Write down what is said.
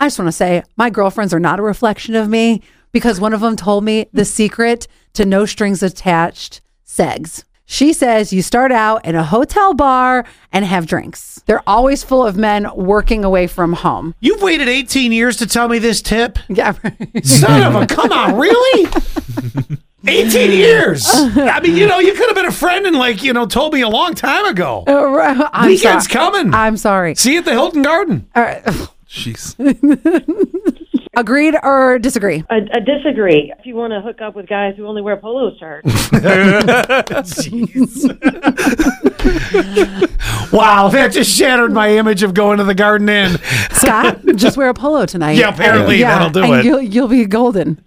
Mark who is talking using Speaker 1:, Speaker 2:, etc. Speaker 1: I just want to say my girlfriends are not a reflection of me because one of them told me the secret to no strings attached segs. She says you start out in a hotel bar and have drinks. They're always full of men working away from home.
Speaker 2: You've waited 18 years to tell me this tip.
Speaker 1: Yeah.
Speaker 2: Son of a, come on, really? 18 years.
Speaker 1: Uh,
Speaker 2: I mean, you know, you could have been a friend and, like, you know, told me a long time ago.
Speaker 1: Oh, I'm
Speaker 2: Weekend's
Speaker 1: sorry.
Speaker 2: coming.
Speaker 1: I'm sorry. Oh.
Speaker 2: See you at the Hilton Garden.
Speaker 1: All right.
Speaker 3: Jeez.
Speaker 1: Agreed or disagree?
Speaker 4: I, I disagree. If you want to hook up with guys who only wear polo shirts,
Speaker 2: Wow, that just shattered my image of going to the Garden Inn.
Speaker 1: Scott, just wear a polo tonight.
Speaker 2: Yeah, apparently that'll do
Speaker 1: and
Speaker 2: it.
Speaker 1: You'll, you'll be golden.